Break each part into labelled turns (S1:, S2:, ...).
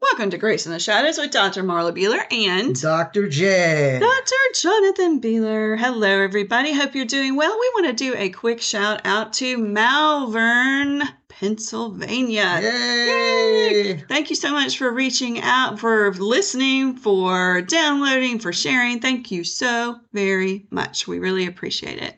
S1: Welcome to Grace in the Shadows with Dr. Marla Beeler and
S2: Dr. J.
S1: Dr. Jonathan Beeler. Hello, everybody. Hope you're doing well. We want to do a quick shout out to Malvern, Pennsylvania.
S2: Yay!
S1: Thank you so much for reaching out, for listening, for downloading, for sharing. Thank you so very much. We really appreciate it.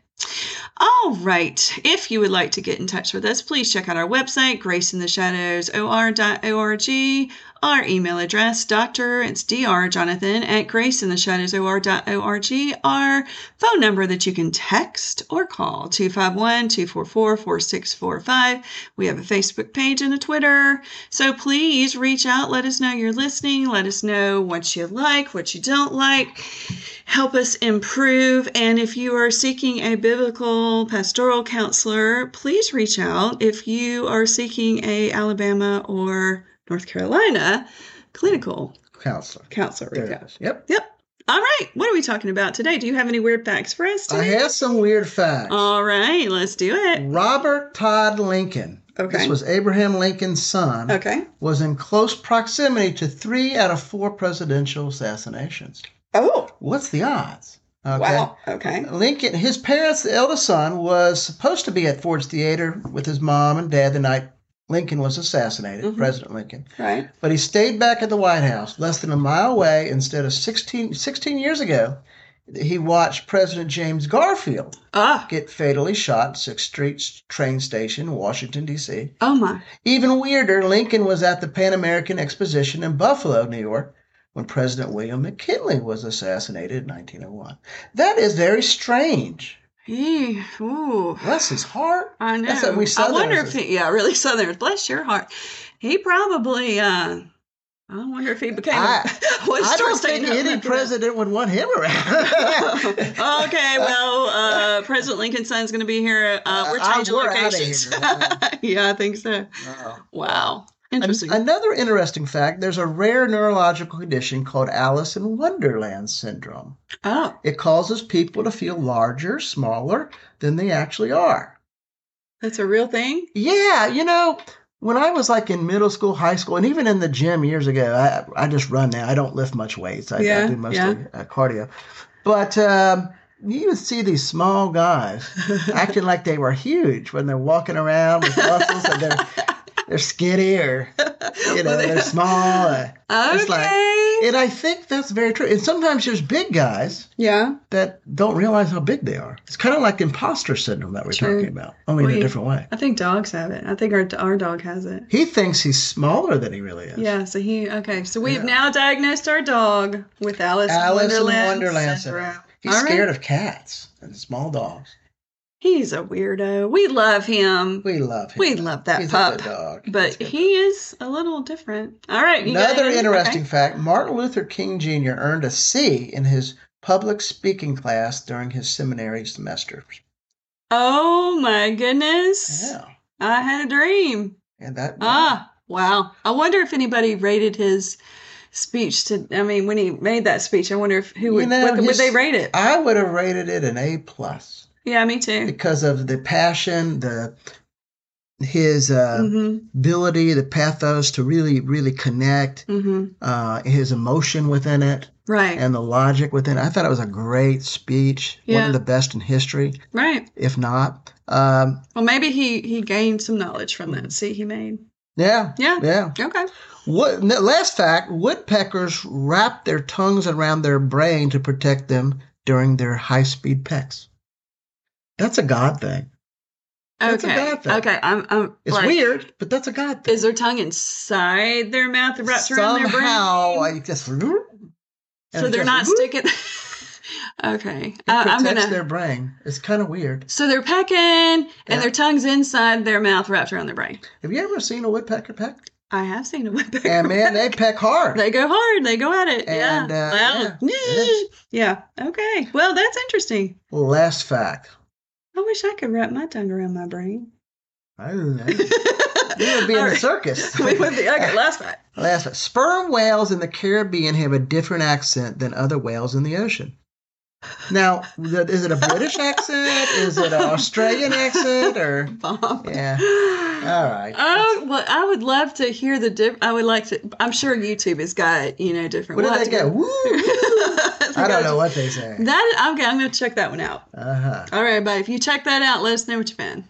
S1: All right. If you would like to get in touch with us, please check out our website, graceintheshadowsor.org. Our email address, Dr. It's Dr. Jonathan at graceintheshadowsor.org. Our phone number that you can text or call, 251 244 4645. We have a Facebook page and a Twitter. So please reach out. Let us know you're listening. Let us know what you like, what you don't like. Help us improve. And if you are seeking a biblical pastoral counselor, please reach out. If you are seeking a Alabama or North Carolina clinical
S2: Counselor.
S1: counselor, reach
S2: There it
S1: out.
S2: is. Yep.
S1: All right, what are we talking about today? Do you have any weird facts for us
S2: I
S1: today?
S2: have Mm-hmm. some weird facts.
S1: All right, let's do it.
S2: Robert Todd Lincoln.
S1: Okay.
S2: This was Abraham Lincoln's son.
S1: Okay.
S2: Was in close proximity to three out of four presidential assassinations.
S1: Oh,
S2: What's the odds? Okay.
S1: wow. Okay.
S2: Lincoln, his parents, the eldest son, was supposed to be at Ford's Theater with his mom and dad the night Lincoln was assassinated,
S1: Mhm.
S2: President Lincoln.
S1: Right.
S2: But he stayed back at the White House less than a mile away instead of 16, 16 years ago. He watched President James Garfield
S1: Ah.
S2: get fatally shot at 6th Street train station, Washington, D.C.
S1: Oh my.
S2: Even weirder, Lincoln was at the Pan American Exposition in Buffalo, New York, when President William McKinley was assassinated in 1901. That is very strange.
S1: Gee. Ooh.
S2: Bless his heart.
S1: I know.
S2: That's what we
S1: I wonder
S2: Southerners
S1: if he, yeah, really Southern. Bless your heart. He probably. uh I wonder if he became.
S2: I-
S1: a, was
S2: I don't
S1: still
S2: think
S1: staying-
S2: any president would want him around.
S1: okay, well, uh, President Lincoln's son's going to be here. Uh, we're
S2: Uh, I-
S1: changing
S2: we're outta
S1: locations.
S2: here.
S1: yeah, I think so. Wow. Interesting.
S2: Another interesting fact there's a rare neurological condition called Alice in Wonderland syndrome.
S1: oh,
S2: It causes people to feel larger, smaller than they actually are.
S1: that's a real thing?
S2: Yeah, you know, when I was like in middle school, high school, and even in the gym years ago, I I just run now. I don't lift much weights. I,
S1: Yeah,
S2: I do mostly
S1: yeah.
S2: uh, cardio. But um, you would see these small guys acting like they were huge when they're walking around with muscles and they're they're skinny or you know they're small. Uh,
S1: Okay.
S2: It's like- and I think that's very true. And sometimes there's big guys
S1: yeah.
S2: that don't realize how big they are. It's kind of like imposter syndrome that we're
S1: True.
S2: talking about, only in
S1: We-
S2: a different way.
S1: I think dogs have it. I think our our dog has it.
S2: He thinks he's smaller than he really is.
S1: Yeah, so he okay. So we've
S2: Yeah.
S1: now diagnosed our dog with Alice,
S2: Alice
S1: in Wonderland,
S2: in Wonderland
S1: syndrome.
S2: syndrome. He's
S1: All right.
S2: scared of cats and small dogs.
S1: He's a weirdo. We love him.
S2: We love him.
S1: We love that
S2: He's
S1: pup.
S2: a good dog.
S1: but
S2: He's a good-
S1: he is a little different. All right. you got
S2: Another
S1: any-
S2: interesting
S1: okay.
S2: fact: Martin Luther King Jr. earned a C in his public speaking class during his seminary semester.
S1: Oh my goodness.
S2: Yeah,
S1: I had a dream.
S2: and that.
S1: Ah, wow. I wonder if anybody rated his speech to I mean when he made that speech, I wonder if who would
S2: know,
S1: what- would
S2: his-
S1: they rate it?
S2: I would have rated it an A plus
S1: Yeah, me too.
S2: because of the passion, the his uh,
S1: Mhm.
S2: ability, the pathos to really, really connect,
S1: Mhm.
S2: uh, his emotion within it.
S1: Right.
S2: and the logic within. it. I thought it was a great speech, one
S1: Yeah.
S2: of the best in history,
S1: right.
S2: if not. Um,
S1: Well, maybe he he gained some knowledge from that seat he made.
S2: yeah,
S1: Yeah.
S2: yeah.
S1: Okay.
S2: What, n- last fact: woodpeckers wrap their tongues around their brain to protect them during their high-speed pecks. That's a God thing. That's a
S1: okay.
S2: bad thing.
S1: Okay. I'm. I'm
S2: It's
S1: like,
S2: weird, but that's a God thing.
S1: Is their tongue inside their mouth wrapped around their brain?
S2: Somehow, I just
S1: so they're not sticking. okay.
S2: It
S1: Uh, I'm
S2: protects
S1: gonna.
S2: their brain. It's kind of weird.
S1: So they're pecking, and
S2: Yeah.
S1: their tongue's inside their mouth wrapped around their brain.
S2: Have you ever seen a woodpecker peck?
S1: I have seen a woodpecker.
S2: And man, they peck hard.
S1: They go hard. They go at it.
S2: And,
S1: yeah.
S2: uh,
S1: Wow. yeah. Okay. Well, that's interesting.
S2: Last fact.
S1: I wish I could wrap my tongue around my brain.
S2: I don't know. We would be in
S1: All
S2: a
S1: right.
S2: circus.
S1: we would be okay. Last fact.
S2: Last fact. Sperm whales in the Caribbean have a different accent than other whales in the ocean. Now, th- is it a British accent? Is it an Australian accent? Or
S1: Bob.
S2: yeah, all right.
S1: Oh well, I would love to hear the. Diff- I would like to. I'm sure YouTube has got you know different.
S2: what
S1: we'll have
S2: did they
S1: to
S2: go? Woo! I don't know what they say.
S1: That okay? I'm going to check that one out.
S2: Uh huh.
S1: All right, but if you check that out, let us know what you found.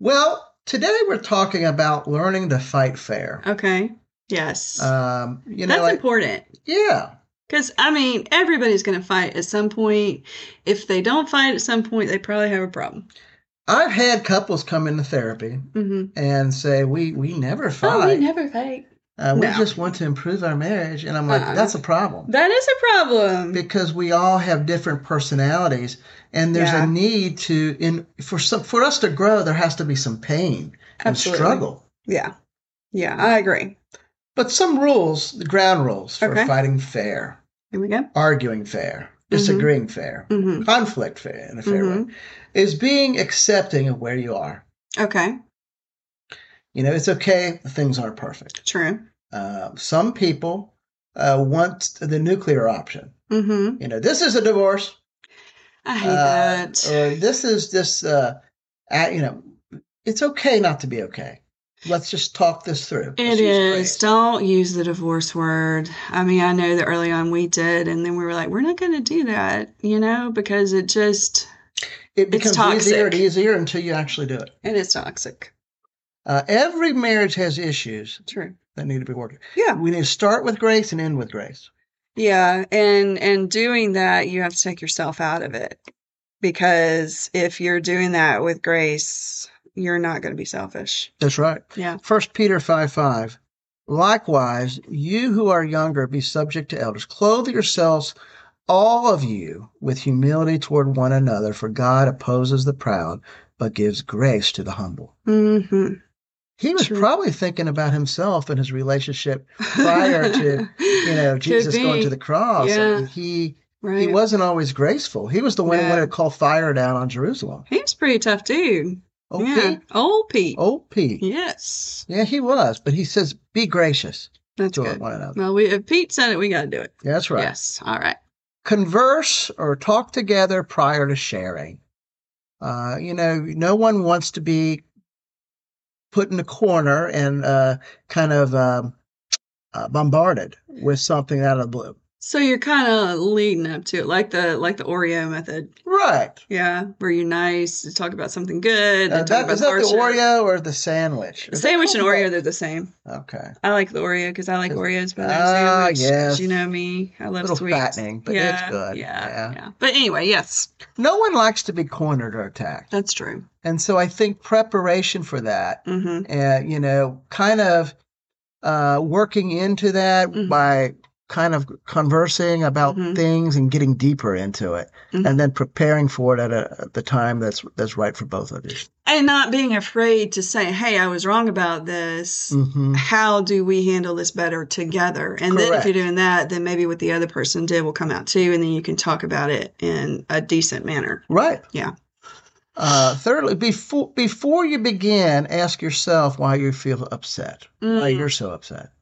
S2: Well, today we're talking about learning to fight fair.
S1: Okay. Yes.
S2: Um, you know,
S1: That's
S2: like,
S1: important.
S2: yeah,
S1: Because, I mean, everybody's going to fight at some point. If they don't fight at some point, they probably have a problem.
S2: I've had couples come into therapy
S1: hmm
S2: and say we we never
S1: Oh,
S2: fight.
S1: we never fight.
S2: uh, we
S1: No.
S2: just want to improve our marriage, and I'm like,
S1: Uh-uh.
S2: that's a problem
S1: That is a problem.
S2: because we all have different personalities, and there's
S1: Yeah.
S2: a need to in for some for us to grow. There has to be some pain
S1: Absolutely.
S2: and struggle.
S1: Yeah. Yeah, I agree.
S2: But some rules, the ground rules for
S1: Okay. Mm-hmm.
S2: fighting fair,
S1: Here we go.
S2: arguing fair, disagreeing fair,
S1: hmm
S2: conflict fair, in a fair
S1: Mhm.
S2: way, is being accepting of where you are.
S1: Okay.
S2: You know, it's okay. Things aren't perfect.
S1: True.
S2: Uh, some people uh, want the nuclear option.
S1: hmm
S2: You know, this is a divorce.
S1: I hate
S2: Mm-hmm. Uh,
S1: that.
S2: or this is this. Uh, uh, you know, it's okay not to be okay. Let's just talk this through.
S1: It is. Don't use the divorce word. I mean, I know that early on we did, and then we were like, we're not going to do that, you know, because it just,
S2: It becomes
S1: toxic.
S2: easier and easier until you actually do it.
S1: and it's toxic.
S2: Uh, every marriage has issues
S1: True.
S2: that need to be worked.
S1: Yeah.
S2: We need to start with grace and end with grace.
S1: Yeah, and and doing that, you have to take yourself out of it because if you're doing that with grace, you're not going to be selfish.
S2: That's right.
S1: Yeah.
S2: First Peter five five. Likewise, you who are younger, be subject to elders. Clothe yourselves, all of you, with humility toward one another. For God opposes the proud, but gives grace to the humble.
S1: hmm
S2: He was
S1: True.
S2: probably thinking about himself and his relationship prior to, you know Jesus going to the cross.
S1: Yeah.
S2: And he
S1: right.
S2: he wasn't always graceful. He was the one who
S1: No.
S2: wanted to call fire down on Jerusalem.
S1: He was a pretty tough dude.
S2: Old
S1: yeah,
S2: Pete,
S1: old Pete.
S2: old Pete.
S1: Yes,
S2: Yeah, he was. But he says, "Be gracious
S1: that's
S2: to
S1: good.
S2: one another."
S1: Well, we if Pete said it, we got to do it.
S2: Yeah, that's right.
S1: Yes. All right.
S2: Converse or talk together prior to sharing. Uh, you know, no one wants to be put in a corner and uh, kind of um, uh, bombarded with something out of the blue.
S1: So you're kind of leading up to it, like the like the Oreo method.
S2: Right.
S1: Yeah, where you're nice, you talk about something good, then
S2: Uh,
S1: talk
S2: that,
S1: about
S2: is that the
S1: hardship.
S2: Oreo or the sandwich?
S1: The Sandwich and Oreo, they're the same.
S2: Okay.
S1: I like the Oreo because I like
S2: Cause-
S1: Oreos better than
S2: Ah,
S1: sandwich. 'cause You
S2: yes.
S1: know me. I
S2: A
S1: love
S2: little
S1: sweets.
S2: fattening, but it's good.
S1: Yeah,
S2: yeah.
S1: yeah. But anyway, yes,
S2: No one likes to be cornered or attacked.
S1: that's true.
S2: And so I think preparation for that
S1: hmm
S2: and you know kind of uh, working into that
S1: Mhm.
S2: by kind of conversing about
S1: Mhm.
S2: things and getting deeper into it
S1: Mhm.
S2: and then preparing for it at, a, at the time that's that's right for both of you
S1: And not being afraid to say, "Hey, I was wrong about this."
S2: hmm
S1: How do we handle this better together? And then if
S2: Correct.
S1: you're doing that, then maybe what the other person did will come out too, and then you can talk about it in a decent manner.
S2: right
S1: Yeah.
S2: uh, thirdly before before you begin ask yourself why you feel upset why
S1: Mm.
S2: you're so upset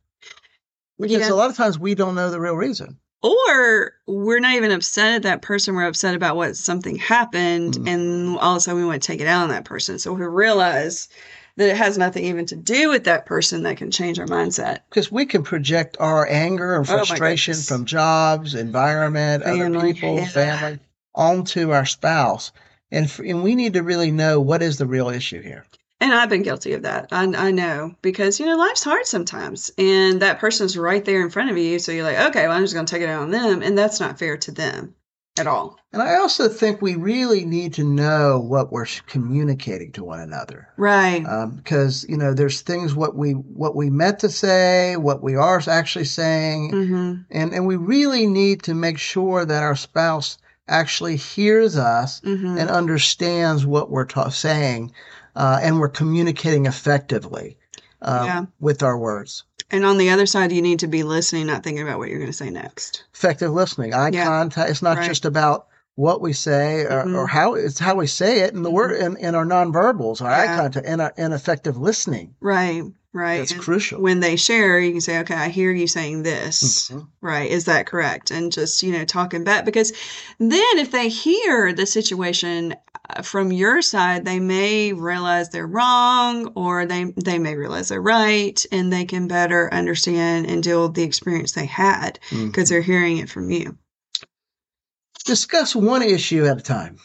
S2: because
S1: Yeah.
S2: a lot of times we don't know the real reason
S1: or we're not even upset at that person. We're upset about what something happened,
S2: Mhm.
S1: and all of a sudden we want to take it out on that person. So we realize that it has nothing even to do with that person that can change our mindset.
S2: because we can project our anger and
S1: Oh, my
S2: frustration
S1: goodness.
S2: from jobs, environment, other
S1: Family,
S2: people,
S1: yeah.
S2: family, onto our spouse, and f- and we need to really know what is the real issue here.
S1: And I've been guilty of that. I, I know because you know life's hard sometimes, and that person's right there in front of you. So you're like, okay, well I'm just going to take it out on them, and that's not fair to them at all.
S2: And I also think we really need to know what we're sh- communicating to one another.
S1: Right.
S2: Um, because you know there's things what we what we meant to say what we are actually saying
S1: mm-hmm.
S2: and and we really need to make sure that our spouse actually hears us
S1: Mm-hmm.
S2: and understands what we're ta- saying uh, and we're communicating effectively um,
S1: Yeah.
S2: with our words.
S1: and on the other side, you need to be listening, not thinking about what you're going to say next.
S2: Effective listening, eye
S1: Yeah.
S2: contact. It's not
S1: Right.
S2: just about what we say or,
S1: Mhm.
S2: or how it's how we say it and the word and, and our nonverbals, our eye
S1: Mm-hmm. Yeah.
S2: contact and, our, and effective listening.
S1: Right. right?
S2: That's
S1: And
S2: crucial.
S1: When they share, you can say, okay, I hear you saying this,
S2: Mhm.
S1: right? Is that correct? And just, you know, talking back because then if they hear the situation uh, from your side, they may realize they're wrong or they, they may realize they're right and they can better understand and deal with the experience they had
S2: Mhm.
S1: because they're hearing it from you.
S2: Discuss one issue at a time.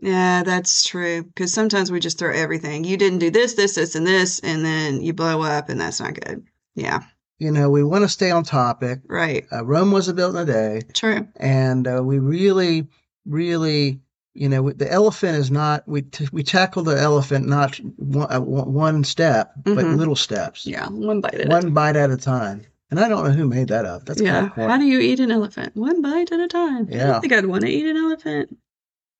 S1: Yeah, that's true. Because sometimes we just throw everything. You didn't do this, this, this, and this, and then you blow up, and that's not good. Yeah,
S2: You know, we want to stay on topic.
S1: right.
S2: Uh, Rome wasn't built in a day,
S1: True.
S2: and uh, we really, really, you know, the elephant is not. We t- we tackle the elephant not one, uh, one one step, but
S1: Mhm.
S2: little steps,
S1: Yeah, one bite at a
S2: one bite at a time. And I don't know who made that up. That's kind
S1: yeah.
S2: of
S1: How do you eat an elephant? One bite at a time. I
S2: Yeah.
S1: don't think I'd want to eat an elephant.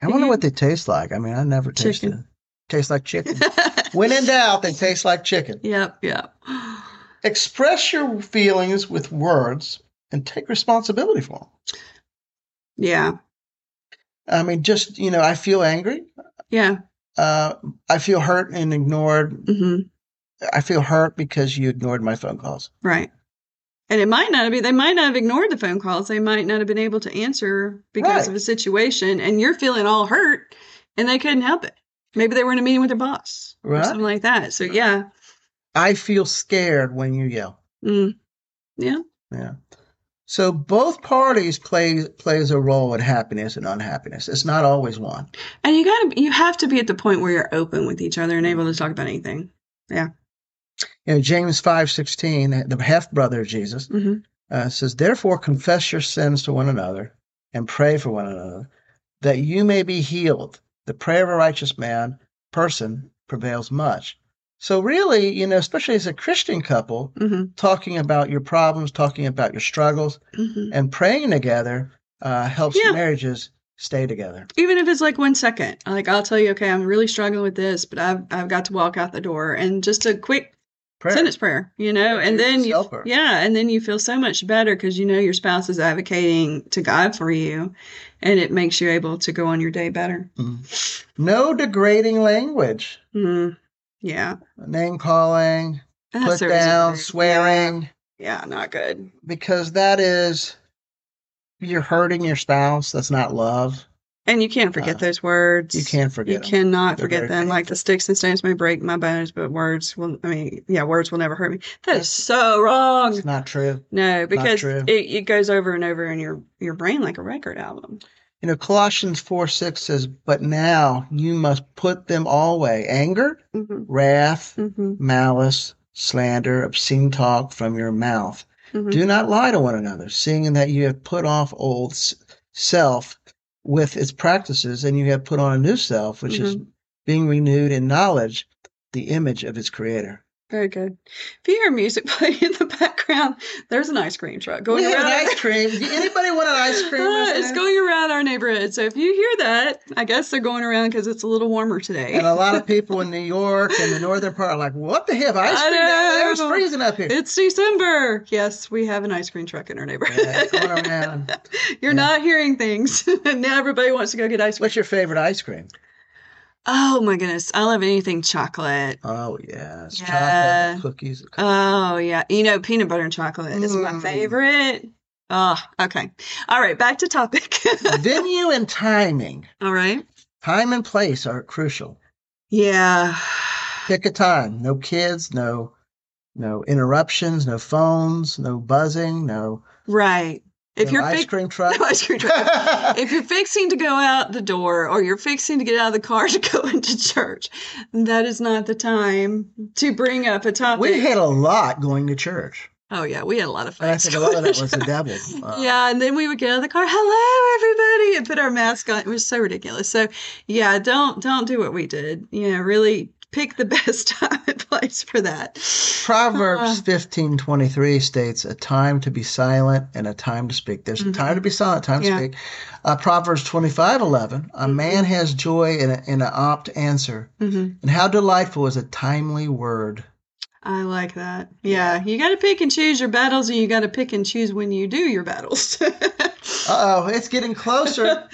S2: I wonder
S1: you-
S2: what they taste like. I mean, I never tasted.
S1: Chicken.
S2: it. Tastes like chicken. when in doubt, they taste like chicken.
S1: yep, yep.
S2: Express your feelings with words and take responsibility for them.
S1: Yeah,
S2: I mean, just you know, I feel angry.
S1: yeah.
S2: Uh, I feel hurt and ignored.
S1: hmm
S2: I feel hurt because you ignored my phone calls.
S1: Right. And it might not be, they might not have ignored the phone calls. They might not have been able to answer because
S2: Right.
S1: of a situation, and you're feeling all hurt and they couldn't help it. Maybe they were in a meeting with their boss or
S2: Right.
S1: something like that. So, yeah.
S2: I feel scared when you yell.
S1: Mm. Yeah.
S2: Yeah. So both parties plays plays a role in happiness and unhappiness. It's not always one.
S1: And you got to, you have to be at the point where you're open with each other and able to talk about anything.
S2: You know, James five sixteen, the half brother of Jesus,
S1: hmm
S2: uh, says, "Therefore confess your sins to one another and pray for one another, that you may be healed. The prayer of a righteous man person prevails much." So really, you know, especially as a Christian couple,
S1: hmm
S2: talking about your problems, talking about your struggles,
S1: hmm
S2: and praying together uh, helps
S1: Yeah.
S2: marriages stay together.
S1: even if it's like one second like i'll tell you okay i'm really struggling with this but i've i've got to walk out the door and just a quick
S2: Prayer.
S1: sentence prayer you know and then you
S2: Helper.
S1: yeah and then you feel so much better because you know your spouse is advocating to god for you and it makes you able to go on your day better
S2: Mm. No degrading language,
S1: mm, yeah
S2: name calling,
S1: That
S2: Mm-hmm. put
S1: serves
S2: down,
S1: me.
S2: swearing,
S1: yeah not good
S2: because that is you're hurting your spouse. That's not love.
S1: and you can't forget
S2: Uh,
S1: those words
S2: You can't
S1: you
S2: forget. it.
S1: cannot
S2: They're
S1: forget
S2: very
S1: them. Like the sticks and stones may break my bones, but words will, I mean, yeah, words will never hurt me. That is so wrong.
S2: It's not true.
S1: No, because
S2: true.
S1: it, it goes over and over in your your brain like a record album.
S2: You know, Colossians 4 6 says, But now you must put them all away anger,
S1: hmm
S2: wrath,
S1: hmm
S2: malice, slander, obscene talk from your mouth.
S1: hmm
S2: Do not lie to one another, seeing that you have put off old s- self with its practices, and you have put on a new self, which is
S1: Mm-hmm.
S2: being renewed in knowledge, the image of its creator.
S1: Very good. If you hear music playing in the background, there's an ice cream truck going
S2: we have
S1: around.
S2: an
S1: our-
S2: ice cream. Do Anybody want an ice cream?
S1: Ah,
S2: over
S1: it's
S2: there?
S1: going around our neighborhood. So if you hear that, I guess they're going around because it's a little warmer today.
S2: and a lot of people in New York and the northern part are like, "What the hell? Ice
S1: I
S2: cream? down there? It's
S1: know.
S2: freezing up here."
S1: It's December. Yes, we have an ice cream truck in our neighborhood.
S2: Yeah, it's going around.
S1: You're
S2: Yeah.
S1: not hearing things. now everybody wants to go get ice cream.
S2: What's your favorite ice cream?
S1: Oh my goodness. I love anything chocolate.
S2: Oh yes,
S1: Yeah.
S2: chocolate cookies.
S1: Oh yeah, you know peanut butter and chocolate is my
S2: Mm.
S1: favorite. Oh, okay. All right, back to topic.
S2: Venue and timing.
S1: All right.
S2: Time and place are crucial.
S1: Yeah.
S2: Pick a time. No kids. No, no interruptions. No phones. No buzzing. No.
S1: Right. If
S2: no
S1: you're
S2: ice
S1: fix-
S2: cream truck.
S1: No ice cream truck. if you're fixing to go out the door or you're fixing to get out of the car to go into church, that is not the time to bring up a topic.
S2: we had a lot going to church.
S1: oh yeah, we had a lot of fun.
S2: And I think a lot of that was the devil. Uh,
S1: yeah, and then we would get out of the car, hello everybody, and put our mask on. It was so ridiculous. So yeah, don't don't do what we did. You know, really pick the best time and place for that.
S2: Proverbs
S1: Uh,
S2: fifteen twenty three states a time to be silent and a time to speak. There's a time to be silent, time
S1: Mm-hmm. Yeah. Mm-hmm.
S2: to speak. Uh, Proverbs twenty five eleven a man has joy in, a, in an opt answer,
S1: mhm.
S2: and how delightful is a timely word.
S1: I like that. Yeah, you got to pick and choose your battles, and you got to pick and choose when you do your battles.
S2: Uh oh, it's getting closer.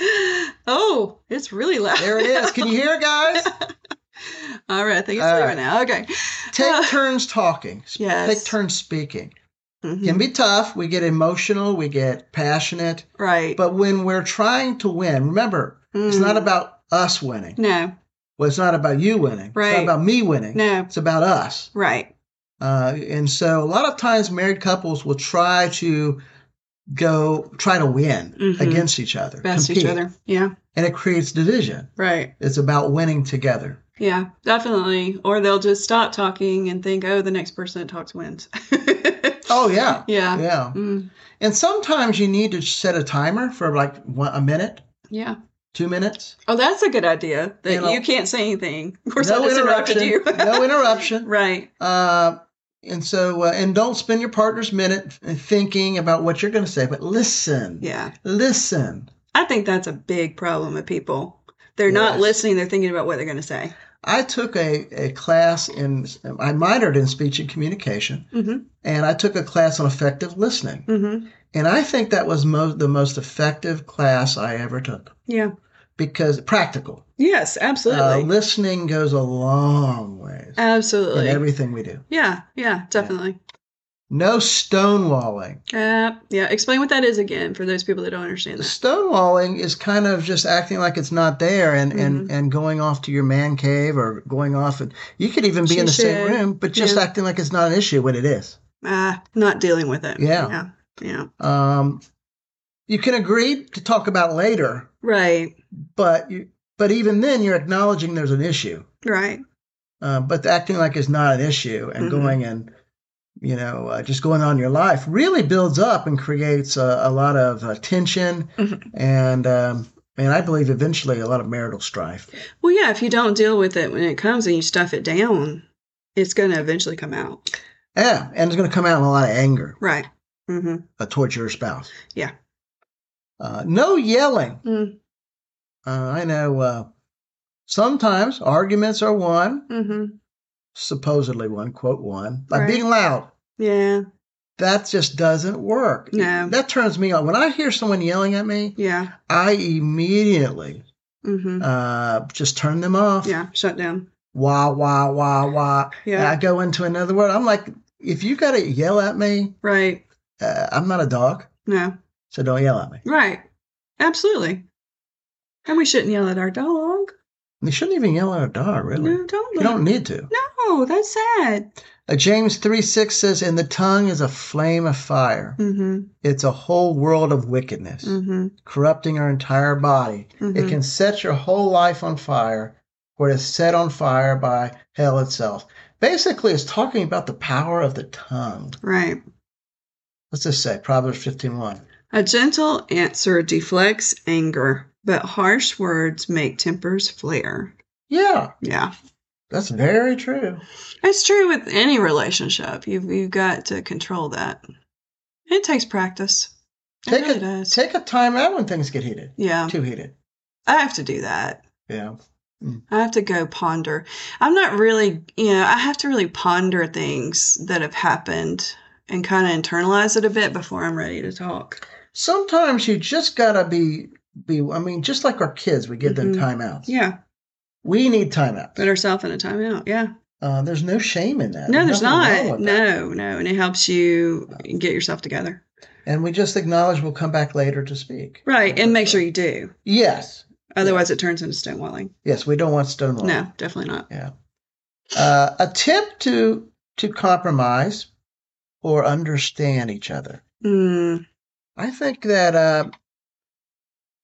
S1: oh, it's really loud.
S2: there it is. Can you hear, it, guys?
S1: All right, I think it's
S2: All
S1: over
S2: right.
S1: now. Okay.
S2: Take turns talking.
S1: Uh, Yes.
S2: Take turns speaking.
S1: Mhm.
S2: Can be tough. We get emotional. We get passionate.
S1: Right.
S2: But when we're trying to win, remember, it's
S1: Mm.
S2: not about us winning.
S1: No.
S2: Well, it's not about you winning. It's
S1: Right.
S2: not about me winning.
S1: No.
S2: It's about us.
S1: Right.
S2: Uh, and so a lot of times married couples will try to go try to win
S1: Mhm.
S2: against each other,
S1: Best each
S2: compete,
S1: other. Yeah.
S2: and it creates division.
S1: Right.
S2: It's about winning together.
S1: Yeah, definitely. Or they'll just stop talking and think, oh, the next person that talks wins.
S2: Oh yeah,
S1: yeah.
S2: yeah.
S1: Mm,
S2: And sometimes you need to set a timer for like one, a minute,
S1: yeah.
S2: two minutes.
S1: Oh, that's a good idea that
S2: You
S1: you,
S2: know-
S1: can't say anything. Of course, I just interrupted you.
S2: no interruption.
S1: right.
S2: Uh, and so, uh, and don't spend your partner's minute thinking about what you're going to say, but listen.
S1: Yeah.
S2: Listen.
S1: I think that's a big problem with people. They're
S2: Yes.
S1: not listening, they're thinking about what they're going to say.
S2: I took a, a class in, I minored in speech and communication,
S1: Mm
S2: and I took a class on effective listening.
S1: hmm. Mm hmm.
S2: And I think that was mo- the most effective class I ever took
S1: Yeah.
S2: because practical.
S1: Yes,
S2: Uh,
S1: absolutely.
S2: listening goes a long ways in
S1: absolutely.
S2: everything we do.
S1: yeah. Yeah, definitely.
S2: No stonewalling.
S1: Uh, yeah. Explain what that is again for those people that don't understand that.
S2: Stonewalling is kind of just acting like it's not there and, and, and going off to your man cave or going off and you could even be in the same
S1: She-shed.
S2: room, but just
S1: Yeah.
S2: acting like it's not an issue when it is.
S1: Ah, not dealing with it.
S2: Yeah.
S1: Yeah. Yeah.
S2: Um, you can agree to talk about later,
S1: Right.
S2: but you, but even then you're acknowledging there's an issue.
S1: Right.
S2: Uh, but acting like it's not an issue and
S1: Mhm.
S2: going and you know uh, just going on your life really builds up and creates a, a lot of uh, tension
S1: Mhm.
S2: and um, and I believe eventually a lot of marital strife.
S1: Well, yeah, if you don't deal with it when it comes and you stuff it down, it's going to eventually come out.
S2: Yeah, and it's going to come out in a lot of anger
S1: Right. hmm
S2: uh, towards your spouse.
S1: Yeah.
S2: Uh, no yelling.
S1: Mm.
S2: Uh, I know uh, sometimes arguments are one,
S1: hmm
S2: supposedly one, quote one, like
S1: Right.
S2: being loud.
S1: Yeah.
S2: That just doesn't work.
S1: No.
S2: That turns me on. When I hear someone yelling at me,
S1: Yeah.
S2: I immediately
S1: hmm
S2: uh, just turn them off.
S1: Yeah. Shut down.
S2: Wah, wah, wah, wah.
S1: Yeah.
S2: And I go into another word. I'm like, if you got to yell at me,
S1: Right.
S2: uh, I'm not a dog,
S1: No.
S2: so don't yell at me.
S1: Right. Absolutely. And we shouldn't yell at our dog.
S2: You shouldn't even yell at a dog, really.
S1: No, don't.
S2: You
S1: let-
S2: don't need to.
S1: No, that's sad.
S2: Uh, James 3 6 says, And the tongue is a flame of fire.
S1: hmm
S2: It's a whole world of wickedness,
S1: hmm
S2: corrupting our entire body. It
S1: Mhm.
S2: can set your whole life on fire, or it is set on fire by hell itself. Basically, it's talking about the power of the tongue.
S1: Right.
S2: What's this say? Proverbs 15.1.
S1: A gentle answer deflects anger, but harsh words make tempers flare.
S2: Yeah,
S1: Yeah.
S2: that's very true.
S1: It's true with any relationship. You've you've got to control that. It takes practice. It
S2: Take
S1: really
S2: a
S1: does.
S2: take a time out when things get heated,
S1: yeah,
S2: too heated.
S1: I have to do that.
S2: Yeah,
S1: I have to go ponder. I'm not really, you know, I have to really ponder things that have happened and kind of internalize it a bit before I'm ready to talk.
S2: sometimes you just gotta be be. I mean, just like our kids, we give
S1: Mhm.
S2: them timeouts.
S1: Yeah,
S2: We need timeouts.
S1: put ourselves in a timeout. Yeah,
S2: Uh, there's no shame in that.
S1: no, there's
S2: nothing wrong
S1: not.
S2: with that.
S1: No, no, and it helps you get yourself together,
S2: And we just acknowledge we'll come back later to speak.
S1: right? And make sure you do.
S2: Yes,
S1: Otherwise, it turns into stonewalling.
S2: yes, we don't want stonewalling.
S1: No, definitely not.
S2: Yeah. Uh, attempt to to compromise or understand each other.
S1: Mm,
S2: I think that uh,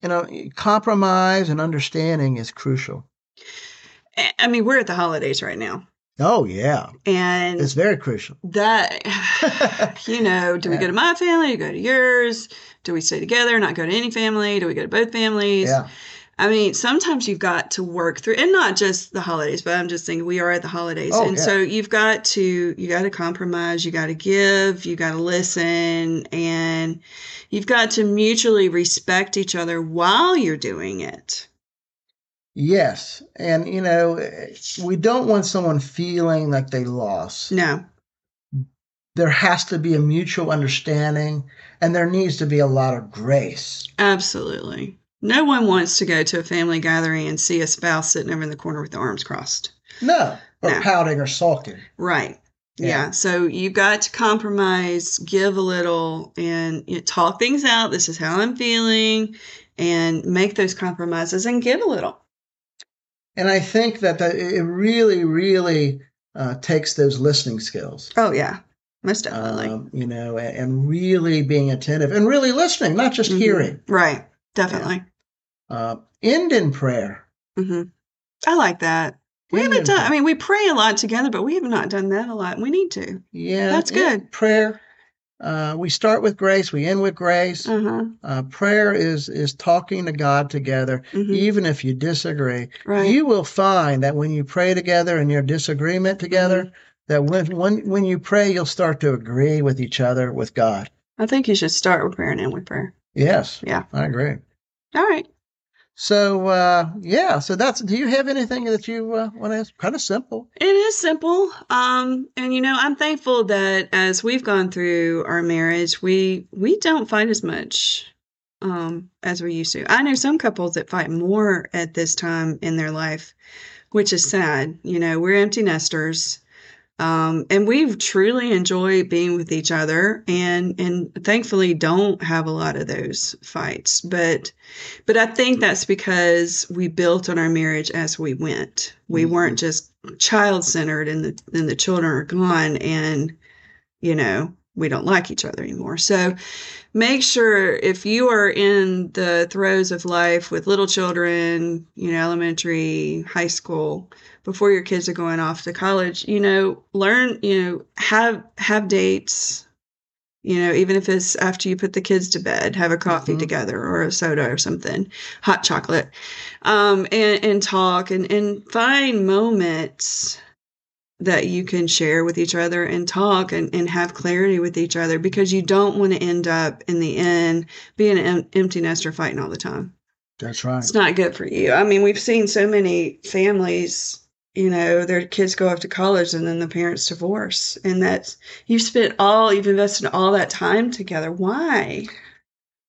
S2: you know compromise and understanding is crucial.
S1: I- I mean, we're at the holidays right now.
S2: Oh yeah,
S1: and
S2: it's very crucial.
S1: that you know do we go to my family do we go to yours do we stay together not go to any family do we go to both families
S2: Yeah,
S1: i mean sometimes you've got to work through and not just the holidays but i'm just thinking we are at the holidays
S2: Oh,
S1: and
S2: yeah.
S1: so you've got to you got to compromise you got to give you got to listen and you've got to mutually respect each other while you're doing it
S2: yes, and you know we don't want someone feeling like they lost.
S1: no
S2: There has to be a mutual understanding, and there needs to be a lot of grace.
S1: absolutely no one wants to go to a family gathering and see a spouse sitting over in the corner with the arms crossed
S2: No. Or
S1: No.
S2: pouting or sulking.
S1: Right.
S2: Yeah.
S1: Yeah. So you got to compromise, give a little, and you know, talk things out. This is how I'm feeling, and make those compromises and give a little.
S2: And I think that that it really, really uh, takes those listening skills.
S1: Oh, yeah. Most definitely.
S2: Um, you know, and, and really being attentive and really listening, not just
S1: Mhm.
S2: hearing.
S1: Right. Definitely.
S2: Uh, end in prayer.
S1: hmm I like that. We
S2: End
S1: haven't
S2: in
S1: done,
S2: prayer.
S1: I mean, we pray a lot together, but we have not done that a lot. We need to.
S2: yeah,
S1: that's
S2: end in
S1: good.
S2: Prayer. Uh, we start with grace. We end with grace.
S1: Uh huh.
S2: Uh, prayer is is talking to God together,
S1: hmm
S2: even if you disagree.
S1: Right.
S2: You will find that when you pray together and your disagreement together,
S1: Mm-hmm.
S2: that when, when when you pray, you'll start to agree with each other with God.
S1: I think you should start with prayer and end with prayer.
S2: Yes.
S1: Yeah.
S2: I agree.
S1: All right.
S2: So uh, yeah, so that's. Do you have anything that you uh, want to ask? Kind of simple.
S1: It is simple. Um, and you know, I'm thankful that as we've gone through our marriage, we we don't fight as much um as we used to. I know some couples that fight more at this time in their life, which is sad. You know, we're empty nesters. Um, and we truly enjoy being with each other and and thankfully don't have a lot of those fights. But but I think that's because we built on our marriage as we went. We
S2: Mhm.
S1: weren't just child centered and the then the children are gone and you know we don't like each other anymore so make sure if you are in the throes of life with little children you know elementary high school before your kids are going off to college you know learn you know have have dates you know even if it's after you put the kids to bed have a coffee
S2: Mhm.
S1: together or a soda or something hot chocolate um, and, and talk and, and find moments that you can share with each other and talk and, and have clarity with each other because you don't want to end up in the end being an em- empty nester fighting all the time.
S2: That's right.
S1: It's not good for you. I mean, we've seen so many families, you know, their kids go off to college and then the parents divorce. And that's, you've spent all, you've invested all that time together. Why?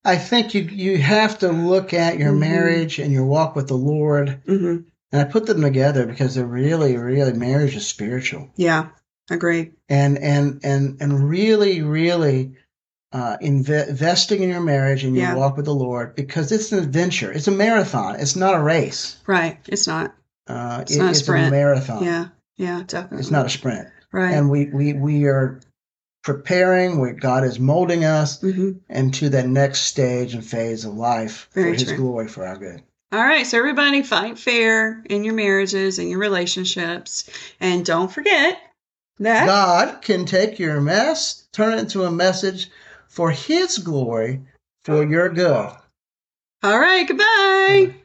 S2: I think you you have to look at your
S1: Mhm.
S2: marriage and your walk with the Lord,
S1: hmm
S2: and I put them together because they're really, really marriage is spiritual,
S1: Yeah, agree.
S2: and and and and really, really uh, inve- investing in your marriage and your
S1: Yeah.
S2: walk with the Lord because it's an adventure. It's a marathon. It's not a race.
S1: Right. It's not.
S2: Uh,
S1: It's not a sprint.
S2: marathon.
S1: Yeah. Yeah, definitely.
S2: Uh, It's not a sprint.
S1: Right.
S2: and we we we are preparing where god is molding us
S1: hmm
S2: into that next stage and phase of life
S1: Very
S2: for his
S1: true.
S2: glory for our good
S1: All right, so everybody fight fair in your marriages and your relationships. And don't forget that.
S2: god can take your mess turn it into a message
S1: Oh.
S2: for his glory for your good
S1: All right, goodbye.